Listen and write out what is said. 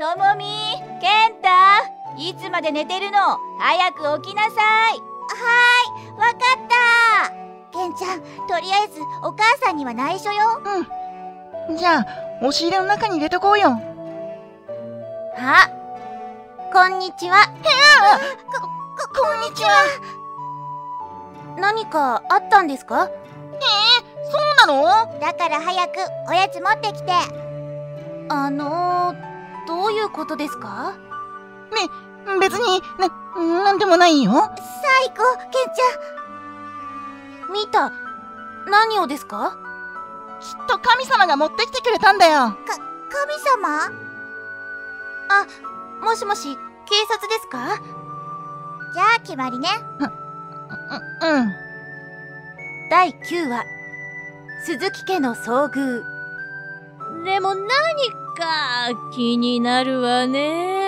ともみけんたいつまで寝てるの早く起きなさいはいわかったけんちゃんとりあえずお母さんには内緒ようんじゃあ押し入れの中に入れとこうよあこんにちはここんにちは何かあったんですかそうなのだから早くおやつ持ってきてあのー、どういうことですか別にななんでもないよ最高けんちゃん見た何をですかきっと神様が持ってきてくれたんだよ神様あもしもし警察ですかじゃあ決まりねううん第9話鈴木家の遭遇でも何か気になるわね。